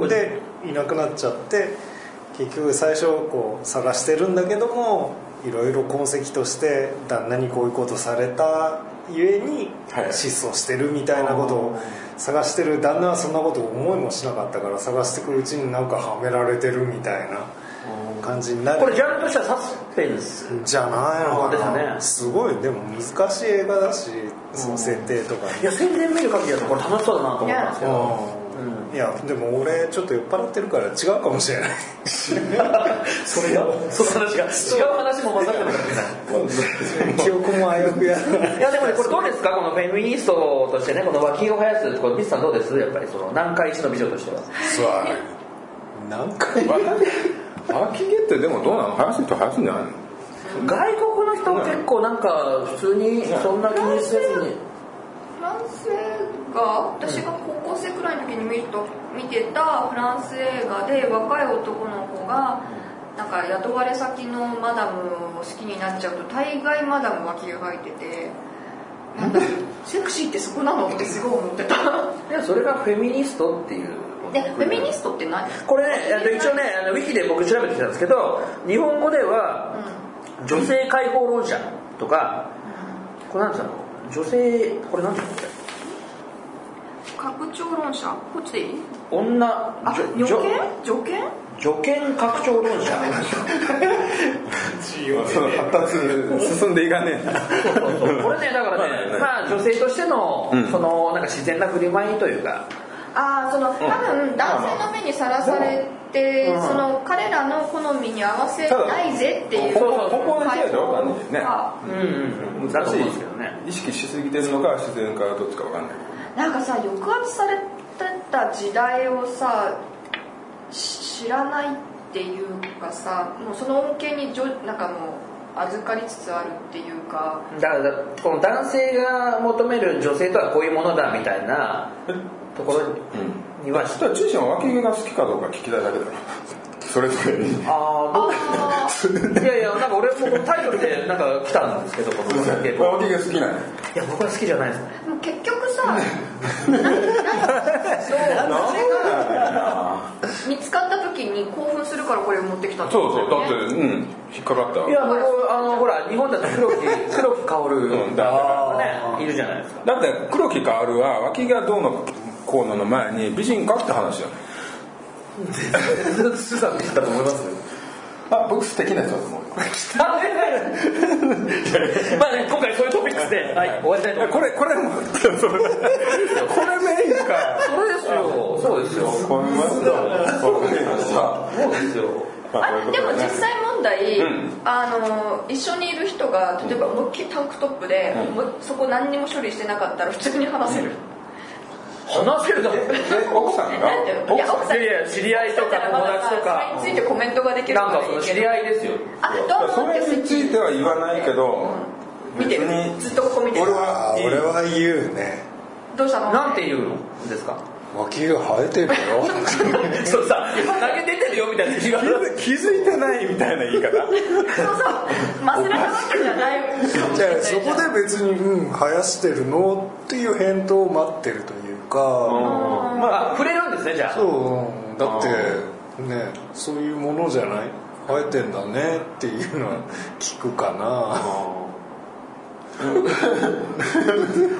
でいなくなっちゃって結局最初こう探してるんだけどもいろいろ痕跡として旦那にこういうことされたゆえにはい失踪してるみたいなことを探してる旦那はそんなこと思いもしなかったから探してくうちになんかはめられてるみたいな感じになるこれジャンルとしてはサスペンスじゃないのそかうでなすねすごいでも難しい映画だしその設定とかいや宣伝見る限りだとこれ楽しそうだなと思ったんですけどうんいやでも俺ちょっと酔っ払ってるから違うかもし れないそれがその話が違う話も混ざってるかもしれない記憶もあやふやいやでもね、これどうですか、このフェミニストとしてね、この脇を生やす、これ、ミスさんどうです、やっぱりその南海一の美女としては。そう何回わ秋毛ってでもどうなの生やす人は生やすんじゃないの外国の人、結構なんか、普通にそんな気にせずに、フランス映画私が高校生くらいの時に見ると見てたフランス映画で若い男の子がなんか雇われ先の マダムを好きになっちゃうと大概マダム脇が生えててなんだセクシーってそこなのってすごい思ってたでそれがフェミニストっていう でフェミニストって何これねえっと一応ねあのウィキで僕調べてきたんですけど日本語では女性解放論者とかこれなんていうの女性これなんていうのこれ拡張論者こっちでいい女あ女女権女権女権拡張論者その発達に進んでいかねえなそうそう これねだからねまあ女性としてのそのなんか自然な振る舞いというかああその多分男性の目にさらされてうんその彼らの好みに合わせないぜっていうそうそうそうここの人でしょはい完全にねあうんうんうんだと思うんですけどね意識しすぎてるのか自然かどっちかわかんないなんかさ抑圧されてた時代をさし知らないっていうかさもうその恩恵にじょなんかもう預かりつつあるっていうかだからこの男性が求める女性とはこういうものだみたいなけどところにはそしたらチューシンは脇毛が好きかどうか聞きたいだけだろそれぞれにあああいやいやなんか俺もこのタイトルでなんか来たんですけどこの脇結毛構が好きなんやいや僕は好きじゃないですねーでも結局さ何かそうそれが見つかった時に興奮するからこれを持ってきたんだそようねそうだってうん引っかかったいや僕あのほら日本だと黒木 黒木薫うんだからがねいるじゃないですかだって黒木カールは脇がどうのこうのの前に美人かって話だよねスザンだと思いますあ僕素敵な人だと思うよまあね今回そういうトピックスではい終わりたいと思いますこれこれも これメインかそうですよそうですよこんなそうさそうですよまあこういうことあでもだね実際問題、うんあの一緒にいる人が例えば思いっきりタンクトップで、もうそこ何にも処理してなかったら普通に話せる、話せるだろえ奥さんがなんていうのいや奥さんいやいや知り合いとか友達とかそれについてコメントができるなのんかがそいのい知けりど合いですよあどうもそれについては言わないけど見てる別にずっとここ見てる俺あはー俺は言うねどうしたのなんて言うのですか脇が生えてるよ そうさ投げ出てるよみたい な言わ気づいてないみたいな言い方そうそうマスラなわけじゃないかもしれないじゃじゃあんそこで別に「うん生やしてるの?」っていう返答を待ってるというか まあ触れるんですねじゃあそううんだってねそういうものじゃない生えてんだねっていうのは聞くかな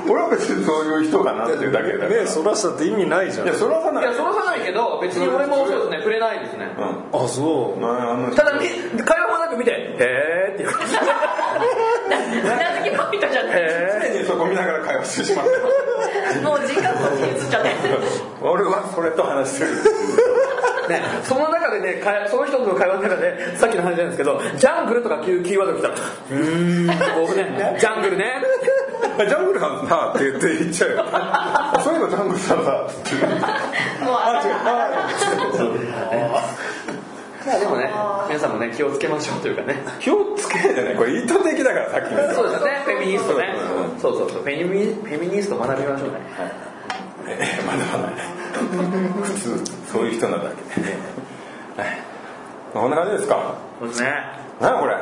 俺は別にそういう人かなっていうだけだからねそらしたって意味ないじゃんいやそれはさないいやそらさないけど別に俺もそうですね触れないですねうあそんあのただみ会話もなく見て「へえ」って言われてうなずきポイントじゃないへ常にそこ見ながら会話してしまうもう時間こっちに移っちゃって俺はそれと話してるーねその中でね会その人との会話の中でさっきの話なんですけど「ジャングル」とかキーキーワード来たら「うーん僕ねジャングルね」あジャングルさんだって言って言っちゃうよあ そういえばジャングルさんだってもうああ違うあ まあでもね皆さんもね気をつけましょうというかね気をつけないじゃないこれ意図的だからさっきの そうですねフェミニストねうそうそうそうフェミフェミニスト学びましょうねえまだまだ普通そういう人なだけでこんな感じですかそうですねなんやこれ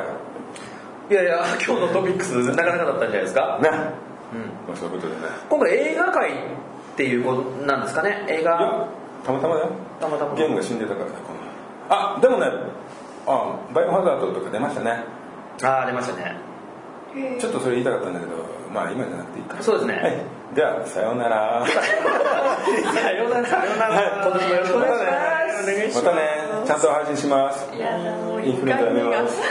いやいや今日のトピックスなかなかだったんじゃないですかねまあそういうことでね今回映画界っていうことなんですかね映いや画たまたまだよたまたまゲームが死んでたからねこんなあでもねあバイオハザードとか出ましたねああ出ましたねちょっとそれ言いたかったんだけどまあ今じゃなくていいかそうですねはいじゃあさようならさようならさようなら今年もよろしくお願いしますお願いまたねちゃんと配信しますいやもうイ一ンフルエンザや回め逃まがすす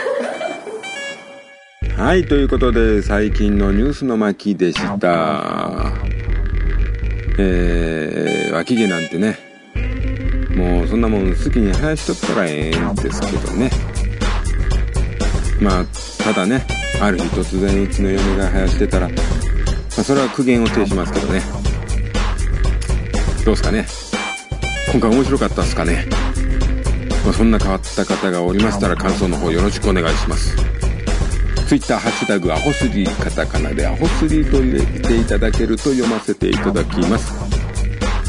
はい、ということで、最近のニュースの巻でした。えー、脇毛なんてね、もうそんなもん好きに生やしとったらええんですけどね。まあ、ただね、ある日突然うちの嫁が生やしてたら、まあ、それは苦言を呈しますけどね。どうすかね今回面白かったっすかねまあ、そんな変わった方がおりましたら感想の方よろしくお願いします。ツイッターハッシュタグアホスリーカタカナでアホスリーと入れていただけると読ませていただきます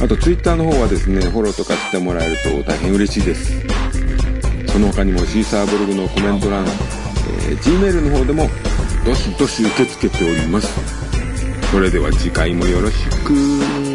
あとツイッターの方はですねフォローとかしてもらえると大変嬉しいですその他にもシーサーブログのコメント欄、えー Gmail の方でもどしどし受け付けておりますそれでは次回もよろしく